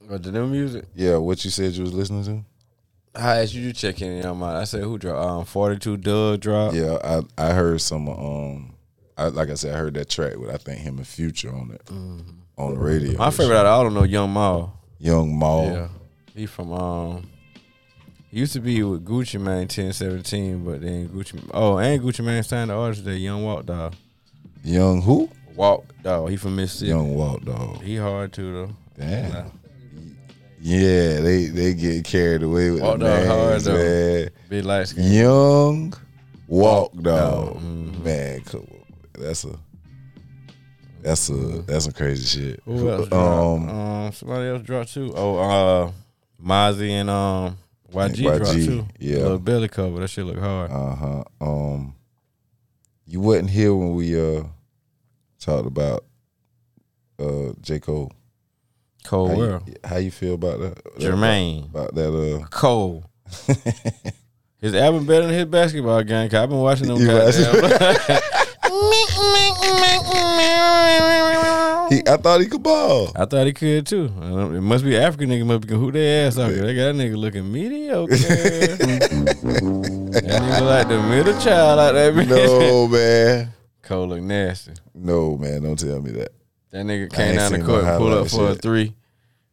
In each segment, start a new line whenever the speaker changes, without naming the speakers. But the new music,
Yeah, what you said you was listening to?
I asked you to check in on my. I said who dropped? Um, forty two Doug drop.
Yeah, I I heard some um, I like I said, I heard that track with I think him and Future on it on the radio.
My favorite out of all of them, though, Young Maul.
Young Maul.
Yeah, he from um. He used to be with Gucci Man ten seventeen, but then Gucci. Oh, and Gucci Man signed the artist that Young Walk Dog.
Young who?
Walk Dog. He from Mississippi.
Young Walt dog.
He hard too though.
Damn. Yeah, they they get carried away with
Walk
the
Dog hard
names,
though.
man.
Big light skin. Mm-hmm.
Young Walk Dog. Man, come on. That's a that's a that's some crazy shit.
Who else? Um,
Um,
um, somebody else dropped too. Oh, uh, Mozzie and um, YG,
YG,
dropped too.
yeah.
little belly cover. That shit look hard.
Uh huh. Um, you wasn't here when we uh talked about uh J Cole.
Cold
How
world.
you, how you feel about that?
Jermaine
About that? Uh,
Cole. his album better than his basketball game. Cause I've been watching them.
You
goddamn-
he, I thought he could ball.
I thought he could too. I don't- It must be African nigga must be who they ass out. 'cause They got that nigga looking mediocre. that nigga like the middle child out that bitch.
No man,
Cole look nasty.
no man, don't tell me that.
That nigga
ain't
came down the
seen
court
no
and pulled up
highlight
for a
shit.
three.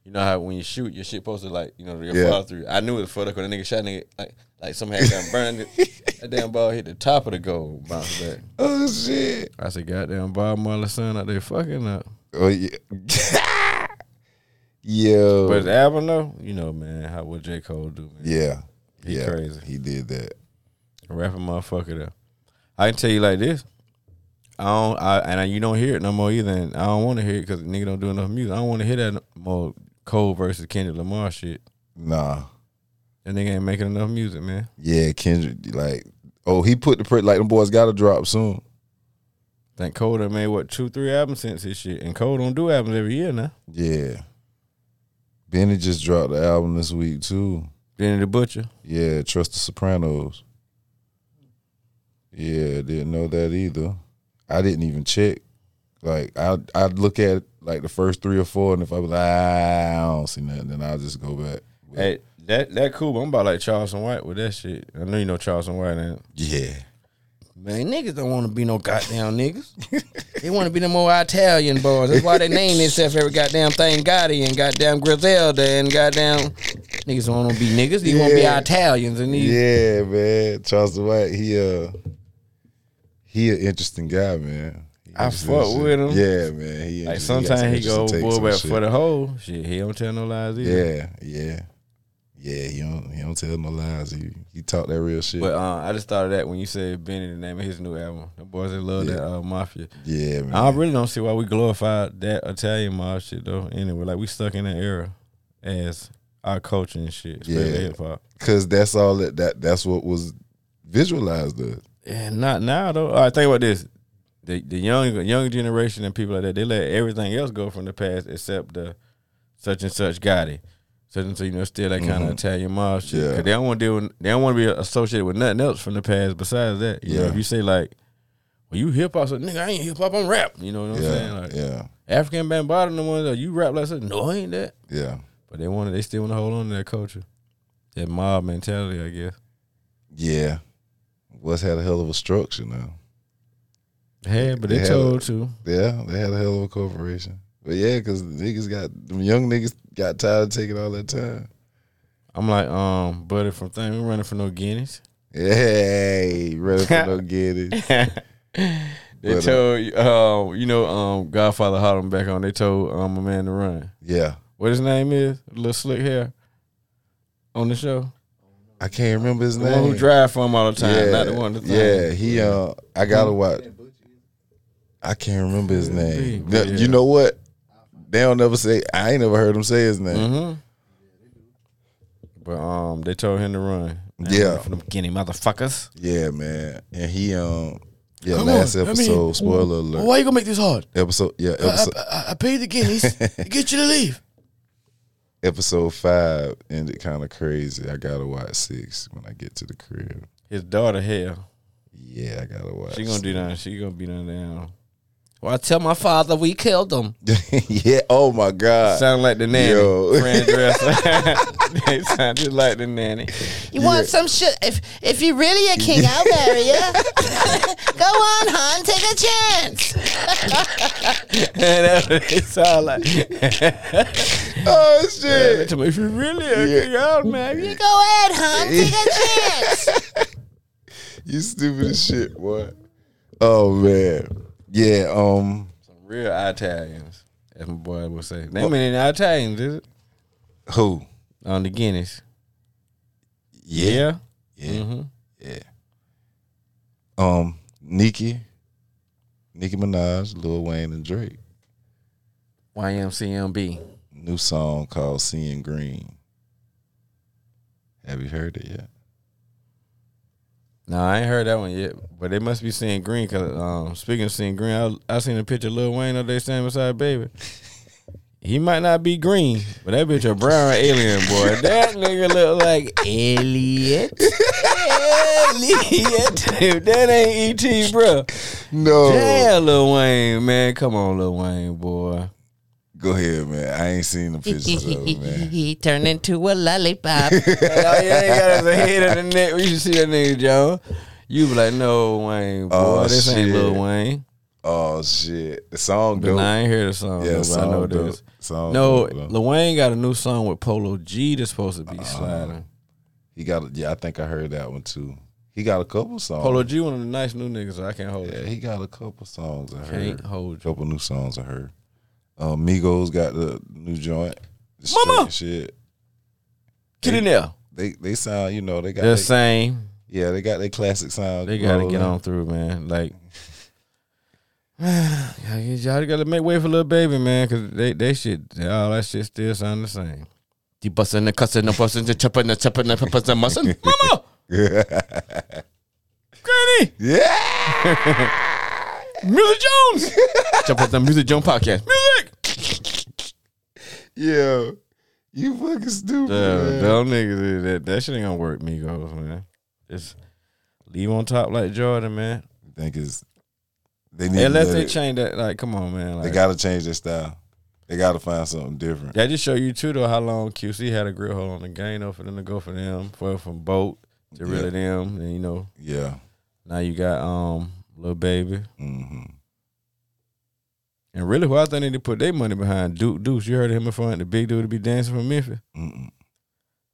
You know how when you shoot, your shit supposed to like, you know, your
Yeah.
fall through. I knew it was for the because that nigga shot nigga like like somebody had got burned. it. That damn ball hit the top of the goal, bounced back.
Oh shit!
I said, goddamn Bob Marley son out there fucking up.
Oh yeah, yo,
But his album though, you know, man, how what J. Cole do, man.
yeah,
He
yeah,
crazy.
He did that.
Rapping motherfucker though. I can tell you like this. I don't I and I, you don't hear it no more either and I don't wanna hear it because nigga don't do enough music. I don't wanna hear that no more Cole versus Kendrick Lamar shit.
Nah,
That nigga ain't making enough music, man.
yeah, Kendrick, like, oh, he put the pre- like them boys got to drop soon.
Think Cole done made what two, three albums since his shit, and Cole don't do albums every year now.
Yeah. Benny just dropped the album this week too.
Benny the Butcher,
Yeah, Trust the Sopranos. Yeah, didn't know that either. I didn't even check. Like I I'd look at like the first three or four and if I was like "Ah, I don't see nothing, then I'll just go back.
hey, that that cool. but I'm about like Charleston White with that shit. I know you know Charleston White, man.
Yeah.
Man, niggas don't want to be no goddamn niggas. they want to be the more Italian boys. That's why they name themselves every goddamn thing Gotti and goddamn Griselda and goddamn niggas don't want to be niggas. They want to be
Yeah.
Italians and these.
Yeah, man. Charles White, he uh he an interesting guy, man. He
I
interesting
fuck
shit.
with him.
Yeah, man.
Like
He interest- got some
sometimes he go
interesting takes
boy
on
back
shit.
for the whole shit. He don't tell no lies either.
Yeah, yeah, yeah. He don't he don't tell no lies. He he talk that real shit.
But uh, I just thought of that when you said Benny, the name of his new album. The boys that love that uh, mafia.
yeah, man.
I really don't see why we glorify that Italian mob shit though. Anyway, like we stuck in that era as our culture and shit, especially
Yeah.
hip hop.
Cause that's all that, that that's what was visualized. Of.
And not now though. I think about this: the the young young generation and people like that, they let everything else go from the past except the such and such Gotti, such and such. You know, still that kind of Italian mob shit. 'Cause
Mm-hmm. Yeah.
they don't want to deal. With, they don't want to be associated with nothing else from the past besides that. You know,
Yeah.
if you say like. Well, you hip hop, so nigga, I ain't hip hop, I'm rap. You know what I'm saying?
Yeah,
Like,
yeah,
African Bambada, the ones that you rap like, something. no, I ain't that.
yeah,
But they want to, they still want to hold on to that culture, that mob mentality, I guess.
yeah. What's had a hell of a structure now.
Yeah, but they,
They had
told to.
Yeah, they had a hell of a corporation. But yeah, cause niggas got them young niggas got tired of taking all that time.
I'm like, um, buddy from thing, we running for no guineas.
Hey, ready for no getting.
they
But, uh,
told, uh, you know, um, Godfather had him back on. They told um, a man to run.
Yeah,
What his name is? Little slick hair on the show.
I can't remember his
The
name.
one who drive for him all the time, not the one. The
Yeah, he. Uh, I gotta watch. I can't remember his name.
Yeah.
Th- You know what? They don't never say. I ain't never heard him say his name.
Mm-hmm. But um, they told him to run.
Yeah.
running for them guinea motherfuckers.
Yeah, man. And he. Um. Yeah.
Come
last
on, I mean, Uh,
episode. spoiler alert.
you gonna make this hard?
Episode. Yeah. Episode.
I, I paid the guineas to get you to leave. uh,
episode five ended kind of crazy. I gotta watch six when I get to the crib.
His daughter, hell,
Yeah, I gotta watch.
she gonna do that. She gonna be done down. Or I tell my father we killed him.
yeah. Oh my God.
Sound like the nanny.
Yo.
Fran Dresser. they sound just like the nanny.
You want some shit? If if you really a king, I'll marry you. Go on, hon, take a chance.
That's what they sound like.
oh shit.
if you really a king, I'll marry you.
Go ahead, hon, take a chance.
You stupid as shit, boy. Oh man. Yeah. Um.
Some real Italians, as my boy would say. They mean Italians, is it?
Who?
On the Guinness. Mm-hmm.
Yeah. Yeah. Yeah. Um. Nicki. Nicki Minaj, Lil Wayne, and Drake.
YMCMB.
New song called "Seeing Green." Have you heard it yet?
No, I ain't heard that one yet, but they must be seeing green. Cause um, speaking of seeing green, I, I seen a picture of Lil Wayne up there standing beside Baby. He might not be green, but that bitch a brown alien boy. That nigga look like Elliot. Elliot, if that ain't ET, bro.
No.
Damn, Lil Wayne, man, come on, Lil Wayne, boy.
Go ahead, man. I ain't seen the pictures of it, man.
He turned into a lollipop.
Oh, you ain't got us a head on the neck. We should see that nigga, Joe. You be like, no, Wayne, boy,
Oh,
this ain't
shit.
Lil Wayne.
Oh shit, the song
But
dope.
I ain't hear the song. though,
Yeah, the
but I
song
know
dope.
this.
Song
No,
dope, though.
Lil Wayne got a new song with Polo G that's supposed to be
Uh-uh.
sliding.
he got. Yeah, I think I heard that one too. He got a couple songs.
Polo G, one of the nice new niggas. So I can't hold
Oh. yeah,
it.
he got a couple songs. I heard
Can't
a
hold you.
couple new songs. I heard. Um, Migos got the new joint. The straight
Mama!
shit.
Get in there.
They they sound. You know they got.
The
they-
same.
yeah, they got their classic sound.
They gotta
rolling.
get on through, man. Like. y'all- Y'all gotta make way for little baby, man, cause they they shit, all that shit still sound the same. The bussin', the cussin', the bussin', the choppin', the choppin', the pussin', the mussin'. Mama, granny,
Yeah.
Miller Jones, jump up the music, Jones podcast, music.
Yeah. You fucking stupid.
Dude,
man.
Them niggas, that, that shit ain't gonna work, Migos, man. Just leave on top like Jordan, man.
think is they need. to
Unless
let
they
it-
change that, like, come on, man.
They
Like,
got to change their style. They got to find something different.
that just show you, too, though, how long QC had a grip hold on the game, though, for them to go for them, for from Boat to really them. And, you know,
Yeah.
now you got um Lil Baby.
hmm
And really, who I think they need to put their money behind, Duke Deuce. You heard of him in front, the big dude to be dancing from Memphis.
Mm-mm.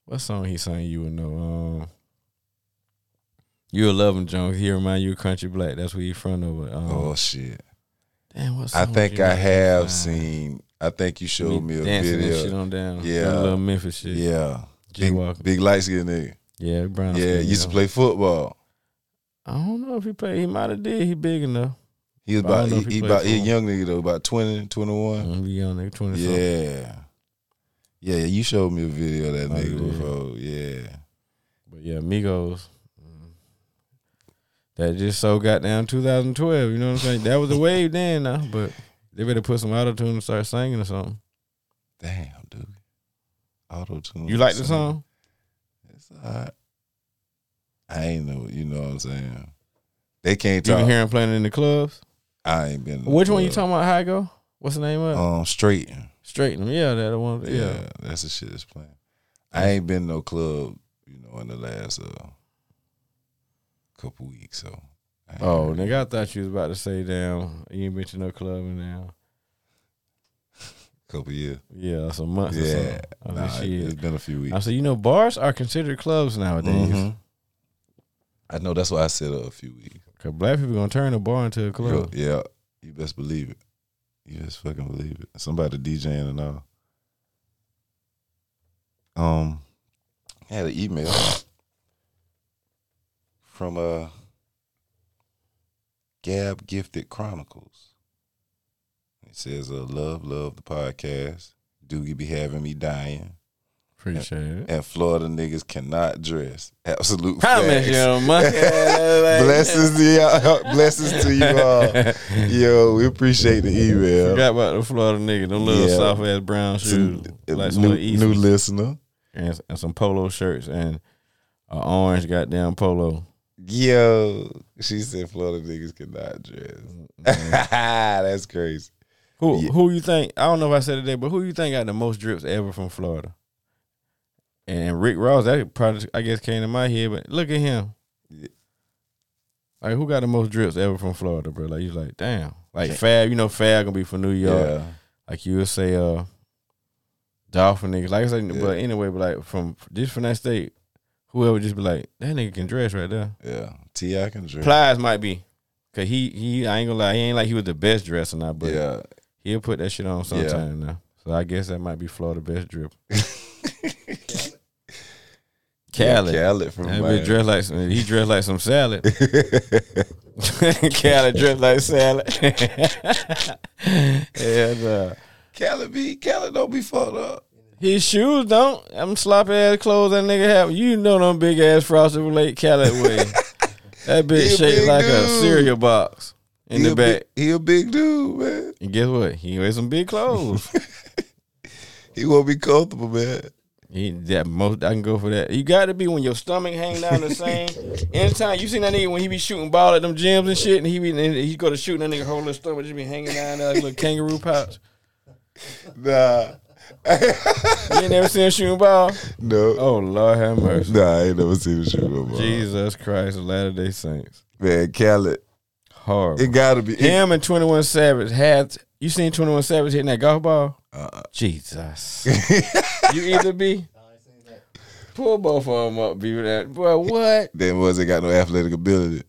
What song he sang you would know? Um, You'll love him, Jones. He remind you of Country Black. That's where he from, though. but, Um,
Oh shit!
Damn, what
I
song
think
you
I
make?
have
Ah,
seen. I think you showed me a
dancing And shit
video.
on down.
Yeah.
That little Memphis shit. Yeah,
Yeah,
G
big,
Walker.
big light skinned nigga.
Yeah, Brown.
Yeah,
skin,
used to
though.
play football.
I don't know if he played. He might have did. He big enough.
He was
I don't
about
know
he,
if he
he
played Mm-hmm.
about he a
football.
young nigga though, about 20, 21.
I'm young nigga, twenty. something.
Yeah, yeah. You showed me a video of that
I
nigga
did.
before. Yeah,
But yeah, Migos. mm, That just so goddamn 2012. You know what I'm saying? That was the wave then, now. But they better put some auto tune and start singing or something.
damn dude. Auto tune.
You like the song?
It's alright. I ain't know. You know what I'm saying? They can't
You
talk.
can hear him playing in the clubs.
I ain't been.
Which one you talking about? How it go? What's the name of? it?
Um, straight.
Straighten him. Yeah, that one.
Yeah,
yeah.
that's the shit that's playing. I ain't been to no club, you know, in the last uh couple weeks. So. I ain't
Oh,
heard it.
nigga, I thought you was about to say down. You ain't been to no club in now.
couple years.
Yeah, that's a month or
Yeah,
something. I
nah,
mean,
it-
Oh, shit.
it's been a few
I
weeks.
said, you know, bars are considered clubs nowadays.
Mhm. I know that's why I said uh, a few weeks.
Cause black people gonna turn a bar into a
Yo,
club.
yeah, you best believe it. You best fucking believe it. Somebody DJing and all. Um, I had an email from uh Gab Gifted Chronicles. It says, uh, "Love, love the podcast. Doogie be having me dying,
Appreciate it.
and Florida niggas cannot dress. Absolute
Promise
facts.
you, monkey.
blessings to y'all. blessings to you all. Yo, we appreciate the email.
Forgot about the Florida nigga, them little
Yeah.
soft ass brown shoes,
a
like some
new,
little East
new listener.
and, and some polo shirts and a orange goddamn polo.
Yo, she said Florida niggas cannot dress. Mm-hmm. That's crazy.
Who who you think? I don't know if I said it today, but who you think got the most drips ever from Florida? And Rick Ross, that probably I guess came to my head, but look at him. Like who got the most drips ever from Florida, bro? Like you like, damn. Like Fab, you know Fab gonna be from New York.
Yeah.
Like you would say, uh, Dolphin niggas. Like I said, but anyway, but like from just from that state, whoever just be like, that nigga can dress right there.
Yeah. T.I. can dress.
Plies might be, cause he he I ain't gonna lie, he ain't like he was the best dresser now, but
yeah.
He'll put that shit on sometime now. So I guess that might be Florida best drip. Khaled.
Khaled from
That
Miami.
bitch dressed like some, he dressed like some salad. Khaled dressed like salad. and uh,
Khaled be Khaled don't be fucked up.
his shoes don't. Them sloppy ass clothes that nigga have. You know them big ass frosted relate Khaled way. that
He
bitch
a
shaped
big
like a
dude.
cereal box in
He
the
a
back.
big, he a big dude, man.
and guess what? He wears some big clothes.
He won't be comfortable, man.
He, that most I can go for that. You got to be when your stomach hang down the same. Anytime you seen that nigga when he be shooting ball at them gyms and shit, and he be and he go to shooting that nigga whole little stomach just be hanging down there like a little kangaroo pouch.
Nah,
You ain't never seen him shooting ball.
no,
Oh Lord have mercy.
nah. I ain't never seen the shit no more.
Jesus Christ, the Latter Day Saints.
Man, Khaled,
Hard.
it gotta be. It,
Him and Twenty One Savage had. You seen Twenty One Savage hitting that golf ball? Jesus. you either be. Pull both of them up, be with that. Boy, what?
then was it got no athletic ability?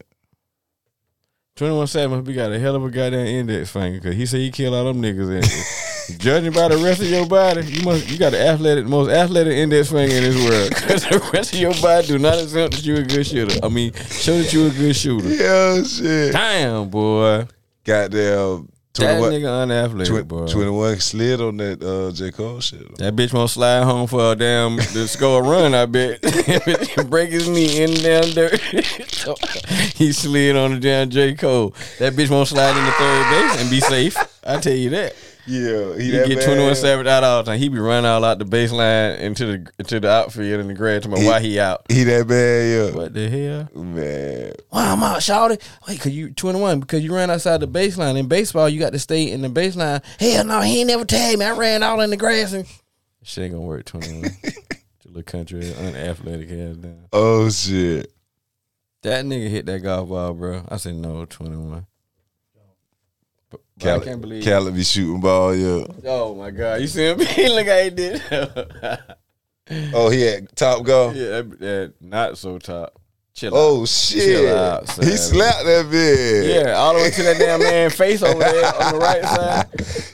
21 Savage, we got a hell of a goddamn index finger because he said he killed all them niggas. And judging by the rest of your body, you must you got the athletic, most athletic index finger in this world. 'Cause the rest of your body do not exempt that you a good shooter. I mean, show that you a good shooter.
Yeah, shit.
Damn, boy.
Goddamn,
That
21,
nigga unathletic,
twen-
boy.
21 slid on that uh, J Cole shit.
That bitch won't slide home for a damn to score a run. I bet break his knee in the damn dirt. he slid on the damn J Cole. That bitch won't slide in the third base and be safe. I tell you that.
Yeah, he
You
that
get
bad.
twenty one Savage out all the time. He be running all out the baseline into the into the outfield and the grass. Talking about why he out.
He that bad, yeah.
What the hell?
Man,
Why I'm out, shouted. Wait, cause you twenty one because you ran outside the baseline. In baseball, you got to stay in the baseline. Hell no, he ain't never tagged me. I ran all in the grass and shit ain't gonna work. Twenty one. Little country unathletic ass down.
oh shit.
That nigga hit that golf ball, bro. I said no, twenty one. But, but I can't believe.
Khaled be shooting ball, yeah.
oh my god, you see him? Look how he did.
Oh, he had top golf.
Yeah, that, that not so top. Chill out.
Oh shit!
Chill out, son.
he slapped that bitch.
Yeah, all the way to that damn man face over there on the right side.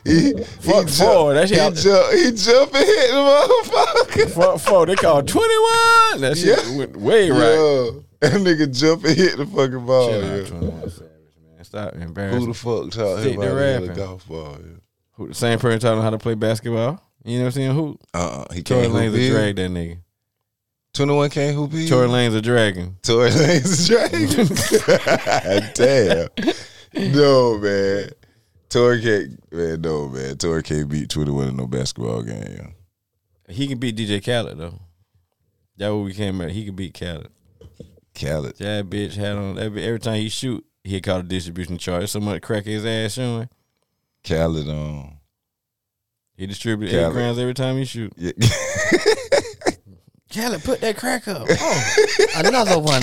he,
Front
he
four, that
He,
shit out-
jump, he jump and hit the motherfucker.
Front four, they call 21. That shit
Yeah.
went way right.
Yo, that nigga jump and hit the fucking ball.
Chill
Yeah.
out, 21 Savage, man. Stop
Who
embarrassing.
the fuck taught
Stick
him
to
how to hit a
rapping.
golf ball? Yeah.
Who, the same person taught him how to play basketball. You know what I'm saying? Who?
Uh, he
Tory
can't hoop
Lane's a
either.
drag that nigga.
Twenty one can't hoop either.
Tory Lane's a dragon.
Tory Lane's dragon. Damn. No, man. Tory can't man, no man. Tory can't beat twenty one in no basketball game.
He can beat DJ Khaled, though. That what we came at. He can beat Khaled.
Khaled.
That bitch had on every, every time he shoot, he caught a distribution charge. So much crack his ass showing.
Khaled um
He distributed eight
Khaled.
grams every time he shoot.
yeah.
Kelly, put that crack up. Oh, another one.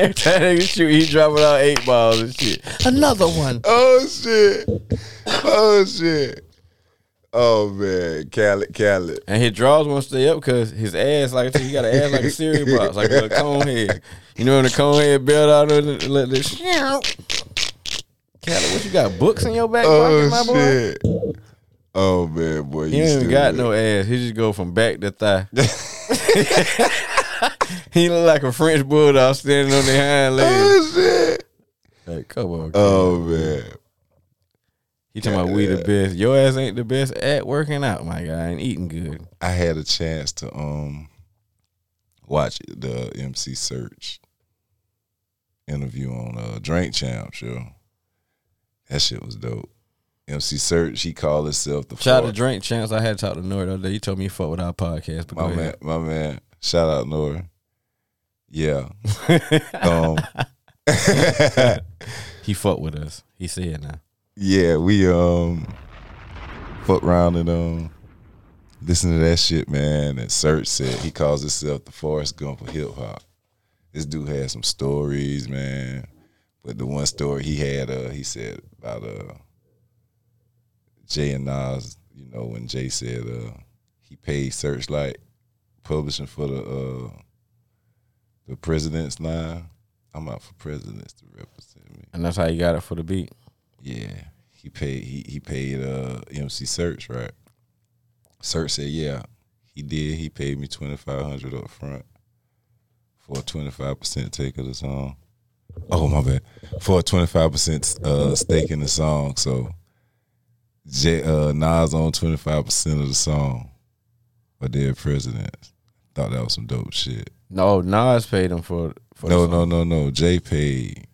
Every time they shoot, he dropping out eight balls and shit.
Another one.
Oh shit. Oh shit. Oh man. Khaled, Khaled.
And his draws won't stay up because his ass, like I said, he got an ass like a cereal box, like a little cone head. You know, when the cone head belt out of the let this. Kelly, what you got? Books in your back pocket, my
Oh
boy?
shit. Oh man, boy, you
He ain't even
stupid.
got no ass. He just go from back to thigh. he look like a French bulldog standing on their hind legs.
Oh shit.
Like, come on. Khaled.
Oh man.
He talking about we the best. Your ass ain't the best at working out, my guy, and eating good.
I had a chance to um watch the MC Search interview on uh Drink Champ show. That shit was dope. MC Search, he called himself the
Shout out
Flor-
to Drink Chance. I had talked to Nori the other day. He told me he fuck with our podcast. But go
my
ahead.
man, my man. Shout out Nora. Yeah. um,
He fucked with us. He said now.
yeah, we um fuck around and um listen to that shit, man. And Search said he calls himself the Forrest Gump of hip hop. This dude had some stories, man. But the one story he had, uh, he said about uh Jay and Nas, you know, when Jay said uh he paid Searchlight publishing for the uh the president's line. I'm out for presidents to represent me.
And that's how you got it for the beat.
Yeah, he paid. He he paid uh MC Search right. Search said, "Yeah, he did. He paid me twenty five hundred up front for a twenty five percent take of the song. Oh my bad, for a twenty five percent uh stake in the song. So, J, uh, Nas on twenty five percent of the song, but they're presidents. Thought that was some dope shit.
No, Nas paid him for for
No, no, no, no. Jay paid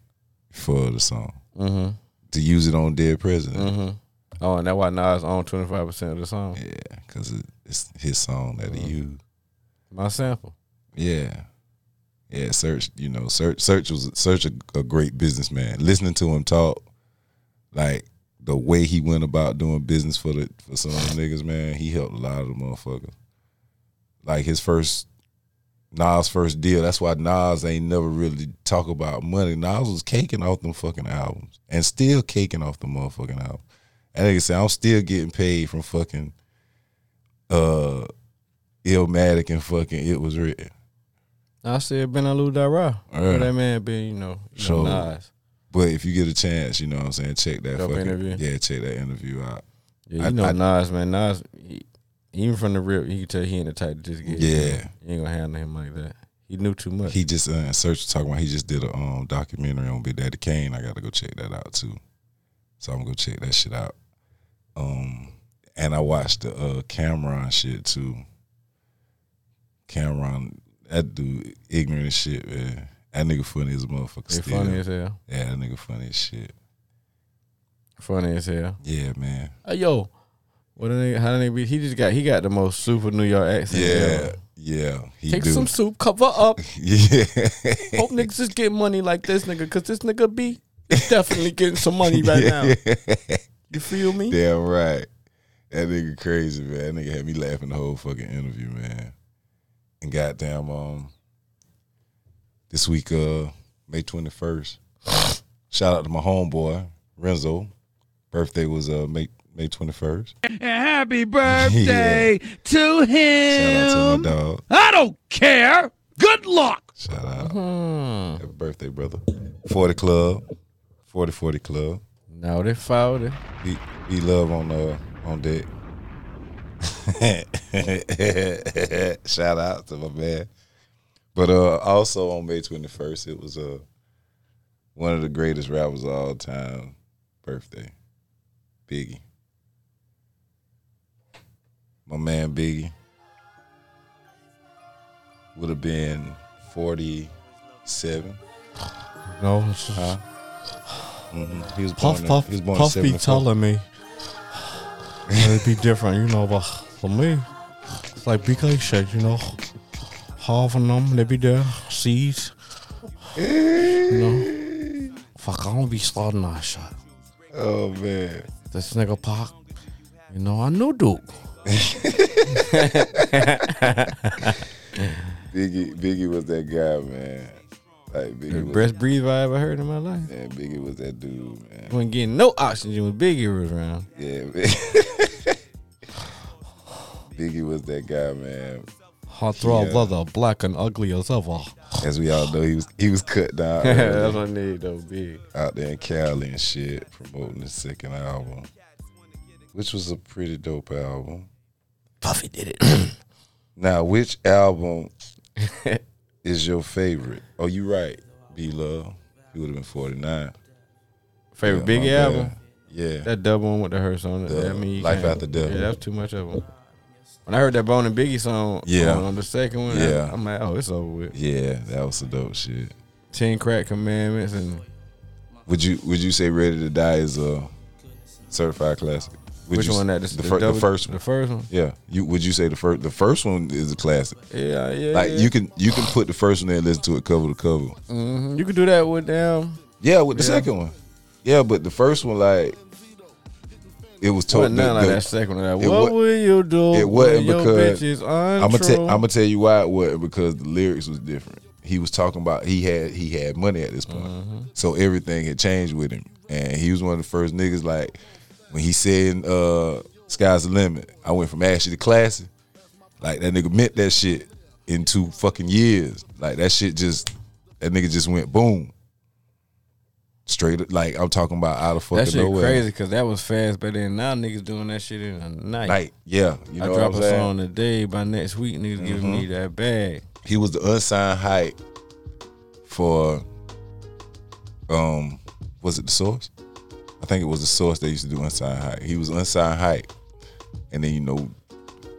for the song
Mm-hmm.
to use it on Dead President.
Oh, and that's why Nas owned twenty five percent of the song.
Yeah, because it, it's his song that he used.
My sample.
Yeah. Yeah, Search, you know, Search Search was Search a, a great businessman. Listening to him talk, like the way he went about doing business for the for some of them niggas, man, he helped a lot of the motherfuckers. Like his first Nas first deal, that's why Nas ain't never really talk about money. Nas was caking off them fucking albums and still caking off the motherfucking album. And nigga say, I'm still getting paid from fucking uh Illmatic and fucking It Was Written.
I said Ben Alou Dara.
Yeah.
Where that man been, you know, you
So-
know Nas.
But if you get a chance, you know what I'm saying, check that
Dope
fucking
interview.
Yeah, check that interview out.
Yeah,
I-
you know
I-
Nas, man. Nas, he- even from the rip, you can tell he ain't the type to just get.
Yeah.
you ain't gonna handle him like that. He knew too much.
He just uh search was talking about he just did a um documentary on Big Daddy Kane. I gotta go check that out too. So I'm gonna go check that shit out. Um and I watched the uh Cameron shit too. Cameron that dude ignorant as shit, man. That nigga funny as a motherfucker
He
still.
funny as hell.
Yeah, that nigga funny as shit.
Funny as hell.
Yeah, man.
Hey, yo, what a nigga, how the nigga be? He just got he got the most super New York accent.
Yeah,
ever.
yeah. He
Take
do.
some soup, cover up.
yeah.
Hope niggas just get money like this nigga, cause this nigga be definitely getting some money right now. You feel me?
Damn right. That nigga crazy, man. That nigga had me laughing the whole fucking interview, man. And goddamn, um, this week, uh, May twenty first. shout out to my homeboy Renzo. Birthday was uh May May twenty first.
happy birthday to him.
Shout out to my dog.
I don't care. Good luck.
Shout out.
Hmm.
Happy birthday, brother. Forty Club. Forty Forty Club.
No, they fouled it.
Be, be love on uh on deck. Shout out to my man. But uh also on May twenty first, it was uh one of the greatest rappers of all time birthday. Biggie. My man Biggie would have been forty seven.
No,
Mm-hmm. He was born
Puff
in-
Puff
he was born in
Puff be
74.
telling me it'd be different, you know, but for me, it's like BK said, you know, half of them they be there, seeds. You know. Fuck, I don't be slaughtering our shot.
Oh man.
This nigga Pac, you know, I knew Duke.
Biggie, Biggie was that guy, man. Like Biggie, was,
Best breathe I ever heard in my life.
man, Biggie was that dude, man.
Wasn't getting no oxygen when Biggie was around.
Yeah, man. Biggie was that guy, man.
Heartthrob
Yeah.
leather, black and ugly as ever.
As we all know, he was he was cut down
That's
early
what I need though, big.
out there in Cali and shit, promoting his second album, which was a pretty dope album.
Puffy did it.
Now, which album is your favorite? Oh, you right, B Love. He would have been forty nine.
Favorite Biggie album?
Yeah.
That double one with the hearse on it.
The
I mean, you
Life
can't-
After Death.
Yeah, that's too much of them. When I heard that Bone and Biggie song, um,
Yeah.
on, on the second one,
Yeah.
I, am like, oh, it's over with.
yeah, that was some dope shit.
Ten Crack Commandments and
Would you would you say Ready to Die is a certified classic? would
Which
you-
one? That
the,
the
fir- the
double-
first one.
The first one.
Yeah, you would you say the first? The first one is a classic.
Yeah, yeah.
Like
yeah.
you can you can put the first one there and listen to it cover to cover.
Mhm. you can do that with them.
Yeah, with the second one. Yeah, but the first one like it was
But
totally.
none of that second one.
it
what
wa-
will you do?
it wasn't
when
because-
your bitch is
I'm gonna
untrue?
tell I'm gonna tell you why it wasn't because the lyrics was different. He was talking about he had he had money at this point,
Mm-hmm.
so everything had changed with him, and he was one of the first niggas like when he said uh, "Sky's the limit." I went from ashy to classy, like that nigga meant that shit in two fucking years. Like that shit just that nigga just went boom. Straight like I'm talking about out of fucking
that shit
nowhere.
crazy because that was fast, but then now niggas doing that shit in a night.
Like yeah, you know
I
what
drop
I'm
a
saying? Mm-hmm.
song today. By next week, niggas giving me that bag.
he was the unsigned hype for um was it the source? I think it was the source they used to do unsigned hype. He was unsigned hype. And then you know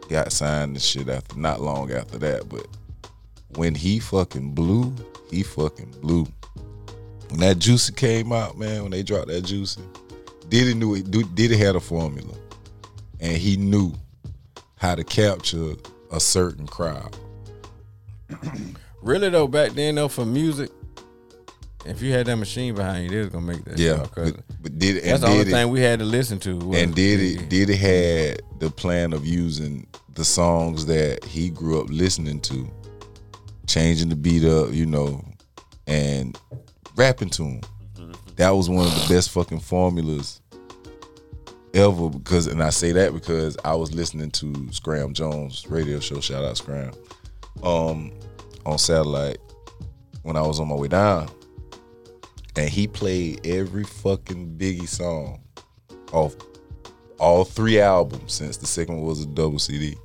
got signed and shit after not long after that, but when he fucking blew, he fucking blew. When that Juicy came out, man, when they dropped that Juicy, Diddy knew it. Du- Diddy had a formula, and he knew how to capture a certain crowd.
Really though, back then though, for music, if you had that machine behind you, they was gonna make that.
Yeah,
shit up, 'cause
but, but did and
that's the only
did
thing we had to listen to. was
it, and did
Biggie.
it did it had the plan of using the songs that he grew up listening to, changing the beat up, you know, and rapping to him.
Mm-hmm.
That was one of the best fucking formulas ever because and I say that because I was listening to Scram Jones radio show, shout out Scram. Um on satellite when I was on my way down. And he played every fucking Biggie song off all three albums since the second one was a double CD.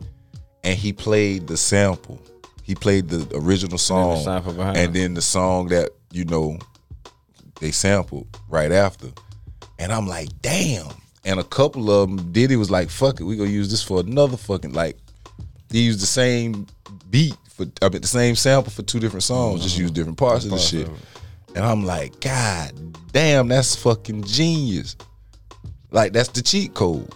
And he played the sample. He played the original song
sample behind
and
it.
then the song that, you know, they sampled right after. And I'm like, damn. And a couple of them, Diddy was like, fuck it, we gonna use this for another fucking like he used the same beat for I mean the same sample for two different songs, just used different parts of the shit. And I'm like, God damn, that's fucking genius. Like that's the cheat code.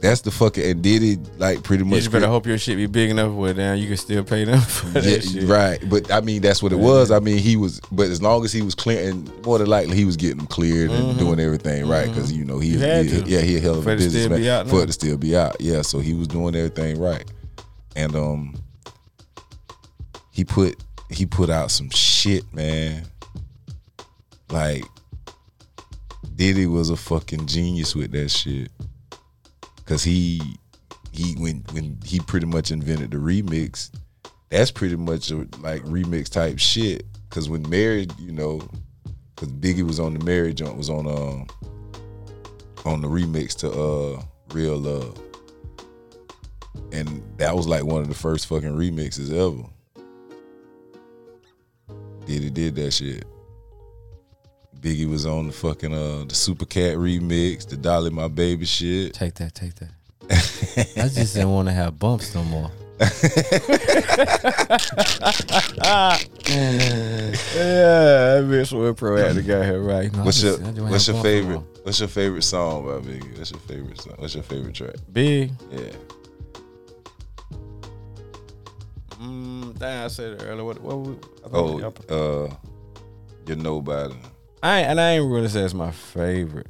That's the fucking and Diddy like pretty
You
much
just better hope your shit be big enough where now you can still pay them for that
Yeah,
shit.
right. But I mean, that's what it was. I mean, he was, but as long as he was clear, and more than likely he was getting them cleared and doing everything right, because you know he,
Mm-hmm. had
he-
to.
yeah, he a hell of
For
a
it to still be out
businessman for
now.
it to still be out. Yeah, so he was doing everything right, and um, he put he put out some shit, man. Like Diddy was a fucking genius with that shit, cause he he when when he pretty much invented the remix that's pretty much a, like remix type shit. Cause when married, you know, cause Biggie was on the marriage joint, was on um on the remix to uh Real Love, and that was like one of the first fucking remixes ever. Diddy did that shit. Biggie was on the fucking uh the Super Cat remix, the Dolly My Baby shit.
Take that, take that. I just didn't want to have bumps no more. yeah, that bitch was proactive. Got her right. No, I
What's your
just- I just wanna
What's
have bumps
your
no
favorite
more.
What's your favorite song by Biggie? What's your favorite song? What's your favorite track?
Big.
Yeah.
Mm, dang, I said it earlier. What? what we, I,
Oh,
think y'all-
uh, you're nobody.
I ain't- and I ain't really say it's my favorite.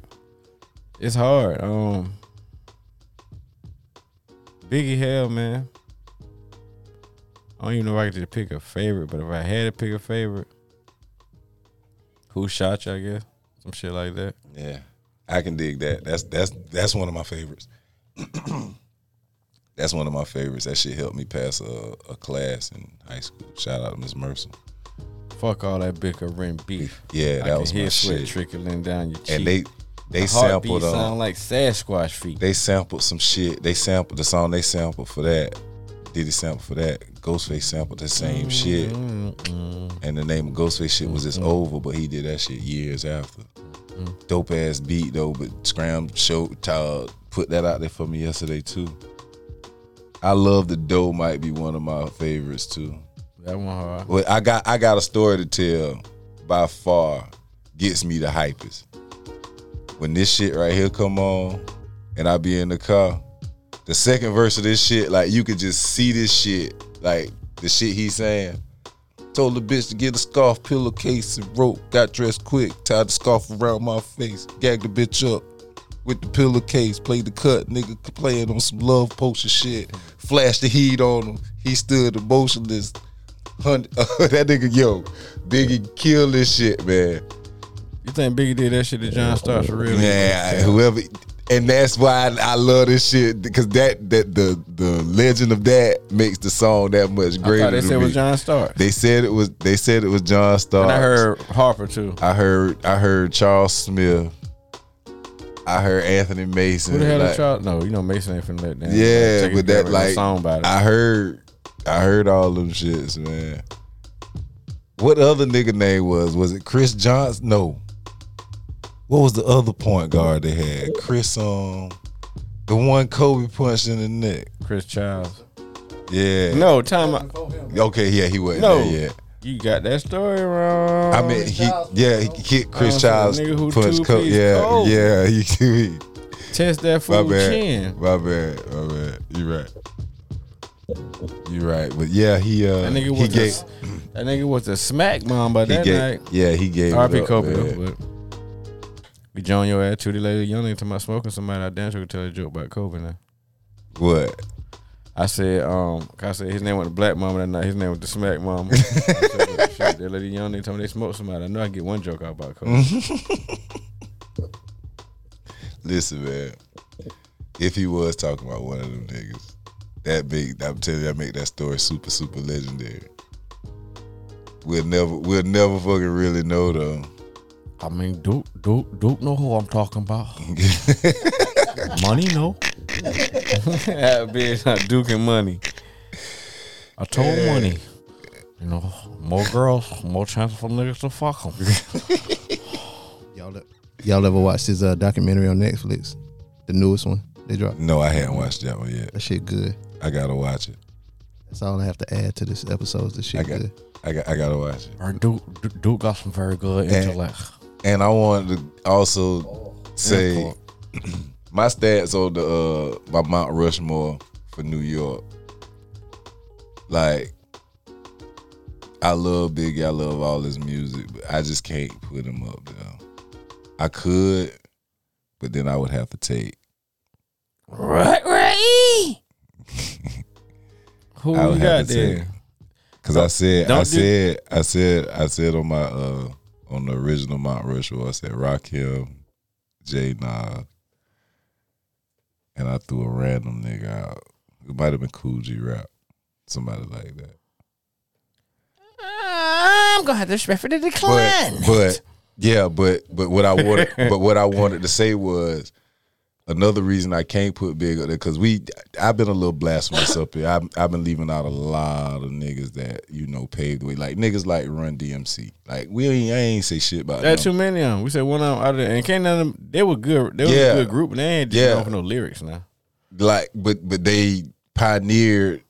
It's hard. Um, Biggie Hell, man. I don't even know if I could just pick a favorite, but if I had to pick a favorite, who shot you? I guess some shit like that.
Yeah, I can dig that. That's that's that's one of my favorites. that's one of my favorites. That shit helped me pass a, a class in high school. Shout out to Miss Mercer.
Fuck all that bickering beef. I
Yeah, that
can
was
hear
my
sweat
shit.
trickling down your cheek.
And they they
The heartbeat
sampled um,
sound like Sasquatch feet.
they sampled some shit. They sampled the song. They sampled for that. Diddy sample for that. Ghostface sampled the same shit. And the name of Ghostface shit was just over, but he did that shit years after. Dope ass beat though, but Scram show uh, put that out there for me yesterday too. I love the dough might be one of my favorites too.
That one hard.
Well, I got I got a story to tell. By far, gets me the hypest. When this shit right here come on, and I be in the car. The second verse of this shit, like you could just see this shit, like the shit he's saying. Told the bitch to get a scarf, pillowcase, and rope. Got dressed quick, tied the scarf around my face, gagged the bitch up with the pillowcase, played the cut, nigga playing on some love potion shit. Flashed the heat on him. He stood emotionless. Hun- that nigga, yo, Biggie kill this shit, man.
You think Biggie did that shit to John Starks for real?
Yeah, whoever, and that's why I, I love this shit because that that the the legend of that makes the song that much
I
greater.
thought they
to
said it
me.
was John Starks.
They said it was. They said it was John Starr.
And I heard Harper too.
I heard. I heard Charles Smith. I heard Anthony Mason.
Who the hell
like-
is Charles? No, you know Mason ain't finna let down.
Yeah, with that like
song about it.
I heard, I heard all them shits, man. What other nigga name was? Was it Chris Johnson? No. What was the other point guard they had? Chris, um, the one Kobe punched in the neck.
Chris Childs.
Yeah.
No, time. out.
Okay. Yeah, he wasn't
No.
there yet.
You got that story wrong.
I mean, he yeah, he kicked Chris
Oh,
Childs.
so the nigga who
punched Kobe.
two-pieced
Yeah,
Kobe.
yeah. He, he,
test that
my
fool
bad.
chin.
My bad. My bad. You right. You right. But yeah, he uh,
That nigga
he
was
gave.
a, that nigga was a smack mom by
He
that
gave,
night.
Yeah, he gave. it
R.P.
up,
Kobe
man.
though, but we join your ass to the lady young nigga to my smoking somebody. I damn sure could tell a joke about Kobe now.
What?
I said, um, I said his name was the black mama that night. His name was the smack mama. I said, Shit, that lady young nigga told me they smoked somebody. I know I get one joke out about Kobe.
Listen, man. If he was talking about one of them niggas, that big, I'm telling you, I make that story super, super legendary. We'll never, we'll never fucking really know though.
I mean, Duke, Duke, Duke know who I'm talking about. money, no. that bitch, not Duke and money. I told money, you know, more girls, more chances for niggas to fuck them.
Y'all, e- y'all ever watch this uh, documentary on Netflix? The newest one they dropped.
No, I hadn't watched that one yet.
That shit good.
I gotta watch it.
That's all I have to add to this episode. Is the shit
I got,
good.
I got, I gotta watch it.
Or Duke, Duke- Duke got some very good intellect.
And I wanted to also say my stats on the uh my Mount Rushmore for New York. Like I love Biggie, I love all his music, but I just can't put him up there. I could, but then I would have to take
Right, right. Who
I would
we
have
got
to
there?
take because I said I
Don't do-
said I said I said on my uh on the original Mount Rushmore I said Rock Him, J Nod, and I threw a random nigga out. It might have been Cool G Rap, somebody like that.
I'm gonna have to refer to
But
decline.
but yeah, but but what I wanted but what I wanted to say was. Another reason I can't put big up there because we, I've been a little blasphemous up here. I've, I've been leaving out a lot of niggas that you know paved the way, like niggas like Run DMC. Like we, ain't, I ain't say shit about
That
them.
too many of them. We said one of them out of there. And can't none of them, they were good. They were
Yeah.
a good group, but they ain't just
Yeah.
known for no lyrics now.
like but but they pioneered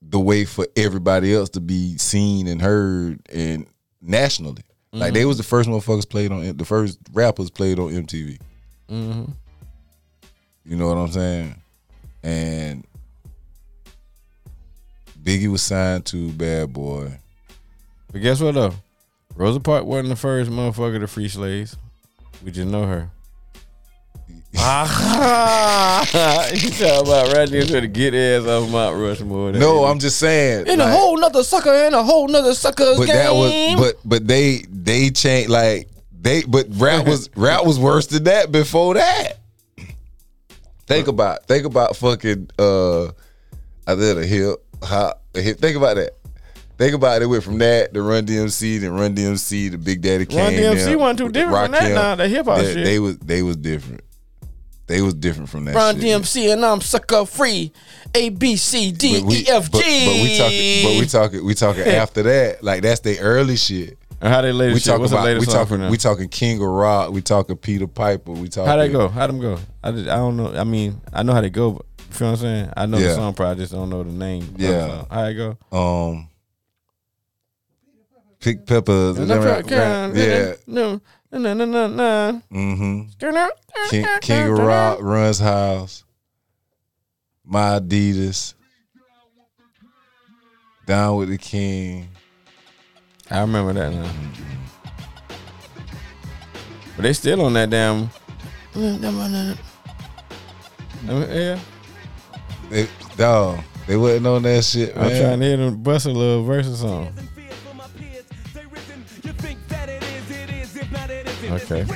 the way for everybody else to be seen and heard and nationally. Like
Mm-hmm.
they was the first motherfuckers played on the first rappers played on MTV.
Mm-hmm.
You know what I'm saying? And Biggie was signed to Bad Boy.
But guess what though? Rosa Parks wasn't the first motherfucker to free slaves. We just know her. Ah, you talking about right there to get ass off Mount Rushmore? That
No,
is-
I'm just saying.
in a
like-
whole nother sucker in a whole nother sucker's
but
game.
that was but but they they changed like they but rap was rap was worse than that before that. Think about think about fucking uh I did a hip hop a hip think about that. Think about it, it went from that to Run DMC, then Run DMC to Big Daddy Kane.
Run DMC
them,
wasn't too different from that
Rakim.
now, that hip-hop
They-
shit.
They was they was different. They was different from that
Run
shit.
DMC and I'm sucker free. A B C D
But we,
E F G.
but, but we talking but we talking we talking after that. Like that's the early shit.
And how they later
we
shit?
talking
What's
about
the latest
we
song for
talking
them?
we talking King of Rock, we talking Peter Piper, we talking
How they go? How them go? I, just, I don't know. I mean, I know how they go. But, you feel what I'm saying? I know
Yeah.
the song, probably I just don't know the name. of the
Yeah.
song. How it go?
Um, Pick Pepper,
And I'm trying-
yeah,
No, na na na na.
Mm-hmm.
na.
King, King of Rock runs house. My Adidas. Down with the King.
I remember that now. But they still on that damn. I mean, yeah,
They, dog, they wasn't on that shit,
I'm
man.
trying to hear them bust a little verse or something. Okay.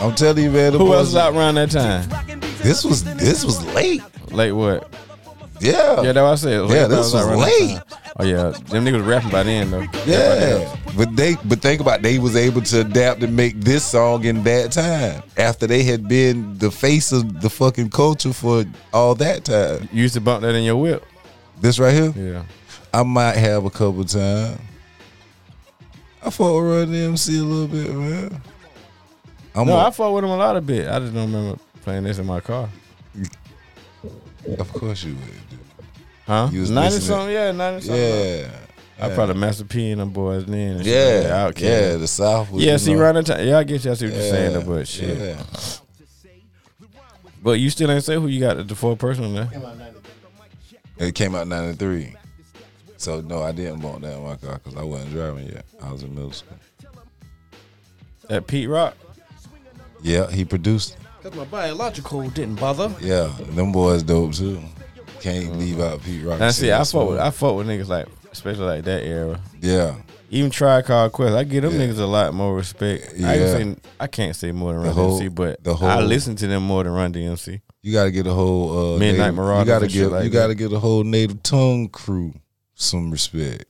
I'm telling you, man. the
Who else
boys-
was out around that time?
This was this was late.
Like what? Yeah,
Yeah, yeah.
that what I said. Like,
Yeah,
that
this was
out around that
late.
time. Oh yeah, them niggas rapping by then though.
But they but think about it, they was able to adapt and make this song in that time after they had been the face of the fucking culture for all that time.
You used to bump that in your whip.
This right here.
Yeah.
I might have a couple times. I fought with Run DMC a little bit, man. I'm
No,
a-
I fought with him a lot of bit. I just don't remember playing this in my car.
of course you would. Dude.
Huh?
You was
90
listening.
something, yeah, 90 something.
Yeah,
I probably Master P and them boys then. and shit
yeah,
like that,
yeah,
Outkast. yeah.
The South. Was, you
see,
know,
around the time. Yeah, I get you. I see what you're
yeah,
saying, though, but shit.
yeah.
But you still ain't say who you got at the four person there.
It came out in '93, so no, I didn't want that in my car because I wasn't driving yet. I was in middle school.
At Pete Rock.
Yeah, he produced. it.
Because my biological didn't bother.
Yeah, them boys dope too. Can't leave out Pete Rock.
And I see, Mm-hmm. I
That's
fought
one.
with, I fought with niggas like, especially like that era.
yeah,
Even Tri Card Quest, I give them
Yeah.
niggas a lot more respect. I,
Yeah.
can say, I can't say more than Run
whole-
DMC, but
the whole-
I listen to them more than Run DMC.
You gotta get a whole uh,
Midnight
native-
Marauders
You gotta
and shit
get
like
you
that.
gotta get a whole native tongue crew some respect.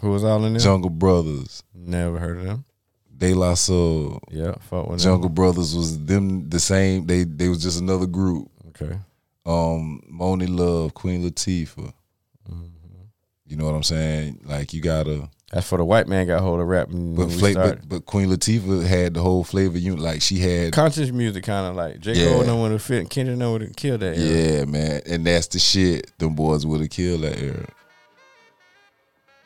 Who was all in there?
Jungle Brothers,
Never heard of them.
De La Soul,
Yeah, fuck with them.
Jungle Brothers was them the same. They they was just another group.
Okay.
Um, Moni Love, Queen Latifah.
Mm-hmm.
You know what I'm saying? Like you gotta,
That's for the white man got hold of rap. when
but
we
fla-
started.
but, but Queen Latifah had the whole flavor unit. Like she had,
conscious music kind of like J.
Yeah.
Cole no one would fit, Kendrick no one would kill that. era.
yeah, man. And that's the shit. Them boys would have killed that era.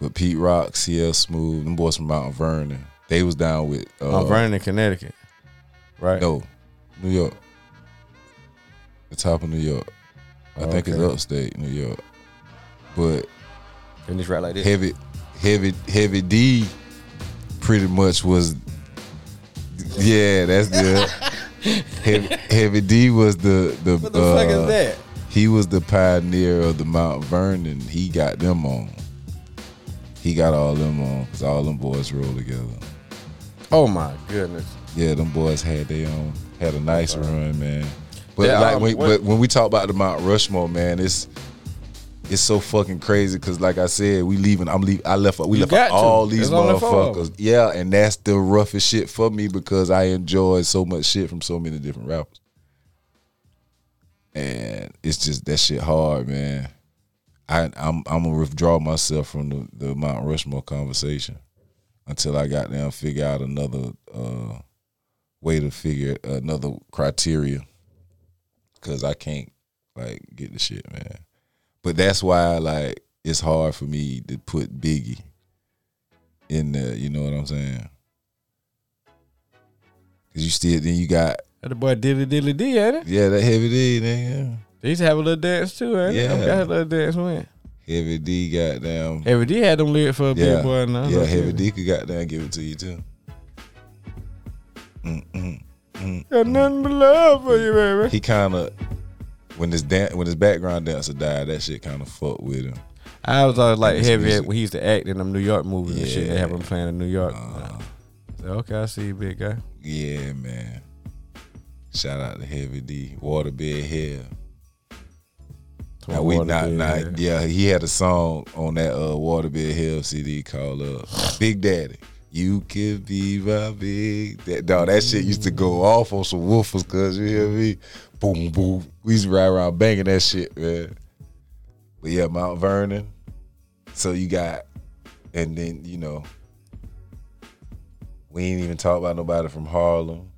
But Pete Rock, CL Smooth, them boys from Mount Vernon, they was down with uh,
Mount Vernon, Connecticut, right?
No, New York. The top of New York. I think it's
Oh, Okay.
upstate New York. But
and it's right like this.
heavy, heavy, heavy D, pretty much was. Yeah, that's good. heavy, heavy D was the the.
What the fuck
uh,
is that?
He was the pioneer of the Mount Vernon. He got them on. He got all them on because all them boys rolled together.
Oh my goodness!
Yeah, them boys had their own had a nice run, man. But
Yeah,
like,
um,
when,
what-
but when we talk about the Mount Rushmore, man, it's it's so fucking crazy because, like I said, we leaving. I'm leaving. I left. We left
got to.
out all these
There's only four of
motherfuckers. yeah, and that's the roughest shit for me because I enjoy so much shit from so many different rappers, and it's just that shit hard, man. I I'm I'm gonna withdraw myself from the, the Mount Rushmore conversation until I got there and figure out another uh, way to figure another criteria because I can't like get the shit, man. But that's why like it's hard for me to put Biggie in there. You know what I'm saying? Cause you still then you got
That the boy Dilly Dilly D, ain't it?
yeah that heavy D nigga.
They used to have a little dance too, ain't it?
Yeah.
I forgot her little dance went.
Heavy D goddamn
Heavy D had them lyrics for a
yeah
big boy. Now.
yeah Heavy D could goddamn give it to you too.
Got nothing but love for you, baby.
He kind of when his dan- when his background dancer died that shit kind of fucked with him.
I was always like
His
Heavy
music.
when he used to act in them New York movies and shit. They
Yeah. Uh.
have him playing in New York. I said, okay, I see you, big guy.
Yeah man. Shout out to Heavy D Waterbed Hell. Now we
Water
not
Bed,
not
yeah.
yeah. He had a song on that uh, Waterbed Hill CD called uh, "Big Daddy." You could be my big that dog. That shit used to go off on some woofers, cause you hear me, boom boom. We used to ride around banging that shit, man. But yeah, Mount Vernon. So you got, and then you know, we ain't even talk about nobody from Harlem.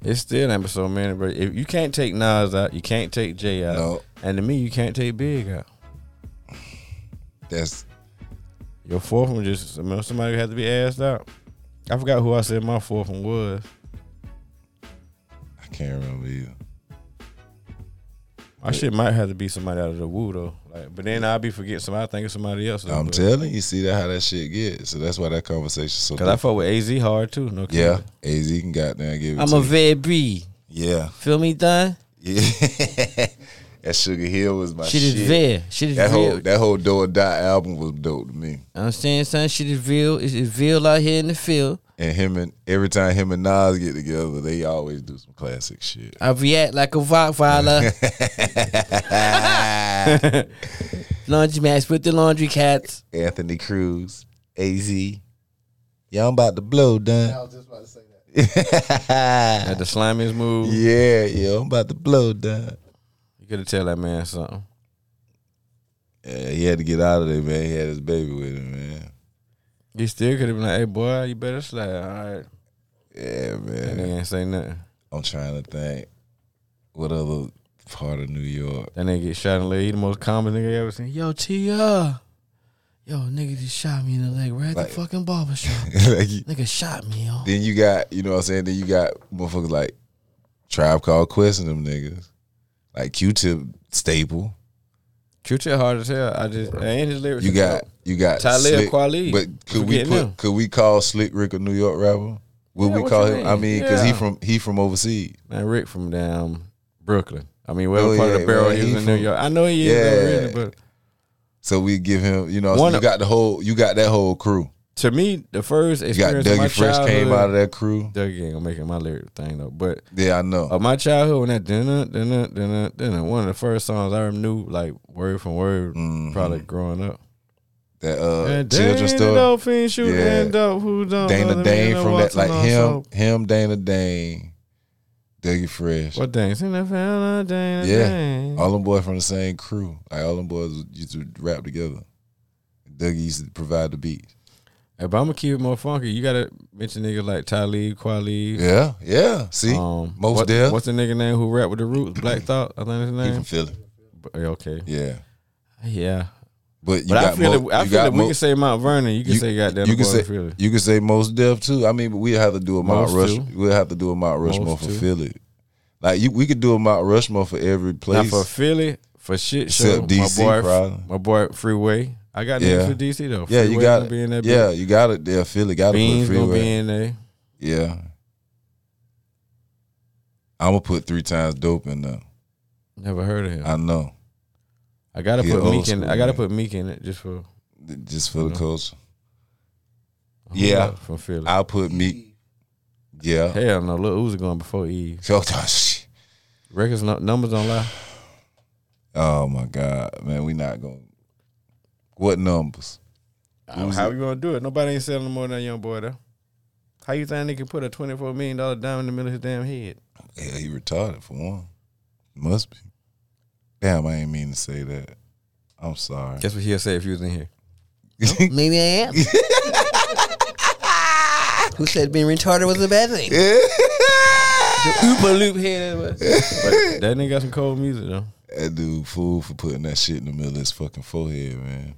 It's still ain't so many, but if you can't take Nas out, you can't take Jay out,
No.
and to me, you can't take Big out.
That's
Your fourth one just I mean, somebody had to be asked out. I forgot who I said my fourth one was.
I can't remember either.
My shit might have to be somebody out of the woo though. Like, but then I'll be forgetting somebody. I think it's somebody else.
I'm telling you, see that how that shit gets. So that's why that conversation so.
Cause I fuck with AZ hard too. No, kidding.
yeah, AZ can goddamn give it.
I'm
to
a
you.
very
yeah,
Feel me, done.
yeah. that Sugar Hill was my
Shit
shit.
is real. Shit is
That whole
real.
that whole Do or Die album was dope to me.
I'm saying, son, shit is real. It's it's real out here in the field.
And him and every time him and Nas get together, they always do some classic shit.
I react like a rottweiler. Laundry match with the laundry cats.
Anthony Cruz, AZ. Yeah, I'm about to blow, done.
was just about to say that.
yeah,
At the slimiest move.
yeah, I'm about to blow, done.
You gotta tell that man something.
Yeah, he had to get out of there, man. He had his baby with him, man.
You still could have been like, hey boy, you better slide. All right.
Yeah,
That
man.
nigga ain't say nothing.
I'm trying to think what other part of New York.
That nigga get shot in the leg. He the most common nigga I ever seen. Yo, T.R. Yo, nigga just shot me in the leg right at
Like-
the fucking barber shop.
Like, you-
nigga shot me, yo.
then you got, you know what I'm saying? Then you got motherfuckers like Tribe Called Quest and them niggas. Like Q Tip Staple.
True shit hard as hell. I just, and his lyrics.
You got you got
Talib
Slick-
Kweli.
But could we
Forgetting
put
him.
could we call Slick Rick a New York rapper? Would
Yeah,
we
what
call
you
him? I mean,
mean?
because he
Yeah.
from he from overseas.
Man, Rick from down Brooklyn. I mean, whatever
Oh,
part of
yeah,
the barrel
man,
he was
he
in New
from-
York. I know he is,
Yeah.
though, really, but
So we give him, you know,
One
you
of-
got the whole, you got that whole crew.
to me, the first
You got
experience of my
Dougie Fresh
childhood.
came out of that crew.
Dougie ain't gonna make it my lyric thing though, but
Yeah, I know.
of my childhood when that dinner, dinner, dinner, dinner, one of the first songs I knew like word from word,
Mhm.
probably growing up.
That uh,
And
children's
Dana
stuff.
Dolphin shoot
Yeah.
and dope who don't
Dana
know
Dane
the
from that, like
man
him,
also.
him, Dana Dane, Dougie Fresh.
What Dane? Seen that found out Dana
Yeah.
Dane.
All them boys from the same crew. Like all them boys used to rap together. Dougie used to provide the beat.
Hey, but I'm gonna keep it more funky. You gotta mention niggas like Talib, Kweli.
Yeah, yeah. See,
Um,
Most
what-
Def.
What's the nigga name who rap with the Roots? Black Thought, I think his
he from
name.
Philly.
But, okay,
Yeah.
yeah.
But you
But I
got
feel
Mo-
that I
you
feel
got
that we
Mo-
can say Mount Vernon. You can say goddamn.
you can
boy
say
Philly.
you can say most deaf too. I mean, we have to do a Mount
Most
Rush.
too.
We'll have to do a Mount Rushmore
Most
for
too.
Philly. Like you, we could do a Mount Rushmore for every
Now
place.
for Philly, for shit show,
Except DC
my boy,
probably.
my boy Freeway. I got
Yeah.
niggas for DC though.
yeah,
Freeway
you got
gonna be in that.
Yeah, you got it. there. Philly got
bitch.
to
Beans
put
gonna be
freeway.
in there.
Yeah, I'm gonna put three times dope in there.
Never heard of him. I,
I know,
gotta
he
put
old
Meek in.
school,
I gotta
man.
put Meek in it just for.
just for the
Mhm.
culture. Yeah.
from Philly.
I'll put me. Yeah.
Hell no, Lil Uzi going before Eve. Records no, numbers don't lie.
Oh my God, man, we not going. to What numbers? Uzi.
How you gonna do it? Nobody ain't selling more than that young boy though. How you think they can put a twenty four million dollar dime in the middle of his damn head?
Yeah, he retarded for one. Must be. Damn, I ain't mean to say that. I'm sorry.
Guess what he'll say if he was in here.
Maybe I am. Who said being retarded was a bad thing?
Uber loop head. But that nigga got some cold music though.
That dude fool for putting that shit in the middle of his fucking forehead, man.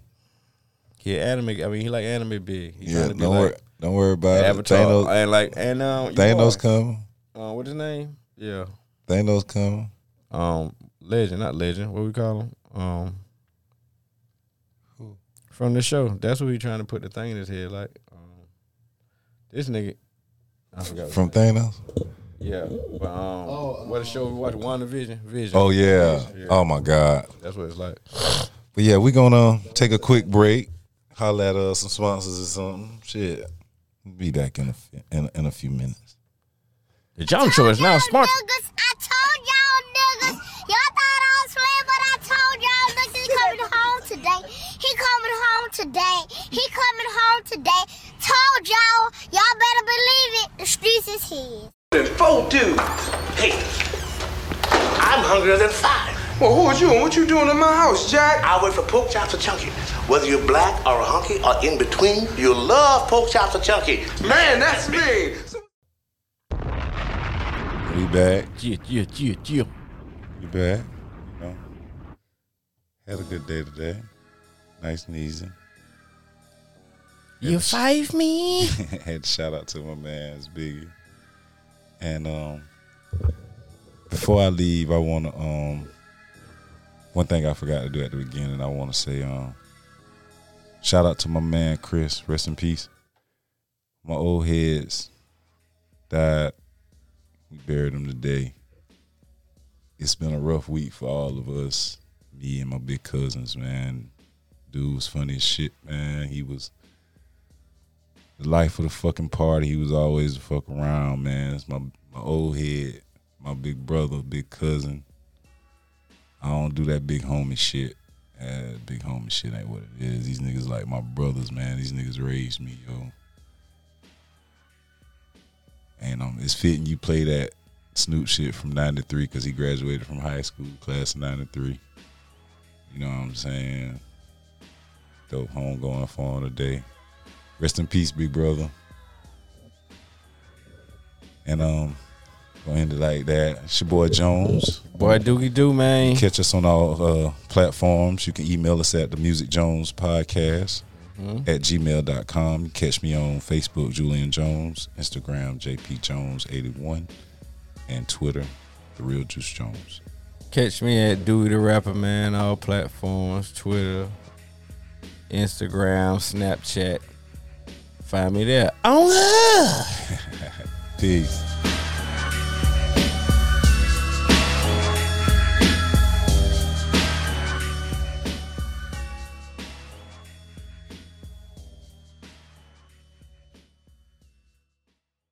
He an anime. I mean, he like anime big. He
yeah,
trying to
don't
be
worry.
like
Don't worry about
Avatar
it. Thanos,
and like and um
Thanos
Uh, Thanos.
coming.
Uh, what his name? Yeah.
Thanos coming.
Um, legend, not legend. What we call him? Um, from the show. That's what we trying to put the thing in his head. Like, um, this nigga. I forgot. what-
From Thanos.
yeah, but um, what a show we watch? One Vision. Vision.
Oh yeah. Oh my God.
That's what it's like.
But yeah, we're gonna take a quick break. Holler at uh, some sponsors or something. Shit. Be back in a, fe- in, in a few minutes.
The John Show is now sponsored.
niggas. I told y'all niggas. Y'all thought I was playing, but I told y'all niggas he coming home today. He coming home today. He coming home today. Told y'all. Y'all better believe it. The streets is his.
than four dudes. Hey, I'm hungrier than five. Well, who are you and what you doing in my house, Jack? I work for Pork Chops or Chunky. Whether you're black or a hunky or in between, you'll love Pork Chops or Chunky. Man, that's me.
We back.
Yeah, yeah, yeah, yeah.
You back? You know, had a good day today. Nice and easy.
You five me?
had shout out to my man's Biggie. And um, before I leave, I want to um, one thing I forgot to do at the beginning. I want to say um, shout out to my man Chris. Rest in peace. My old heads died. We buried them today. It's been a rough week for all of us. Me and my big cousins, man. Dude was funny as shit, man. He was the life of the fucking party. He was always the fuck around, man. It's my my old head, my big brother, big cousin. I don't do that big homie shit. Uh, big homie shit ain't what it is. These niggas like my brothers, man. These niggas raised me, yo. And um, it's fitting you play that Snoop shit from '93 because he graduated from high school, class of '93. You know what I'm saying? Dope homegoing for him today. Rest in peace, big brother. And um, gonna end it like that. It's your boy Jones.
Boy, Doogie Doo, man.
Catch us on all uh, platforms. You can email us at the Music Jones Podcast at gmail.com. You can catch me on Facebook, Julian Jones, Instagram, JP Jones81, and Twitter, The Real Juice Jones.
Catch me at Dewey the Rapper, man. All platforms Twitter, Instagram, Oh, Snapchat. Find me there.
Peace.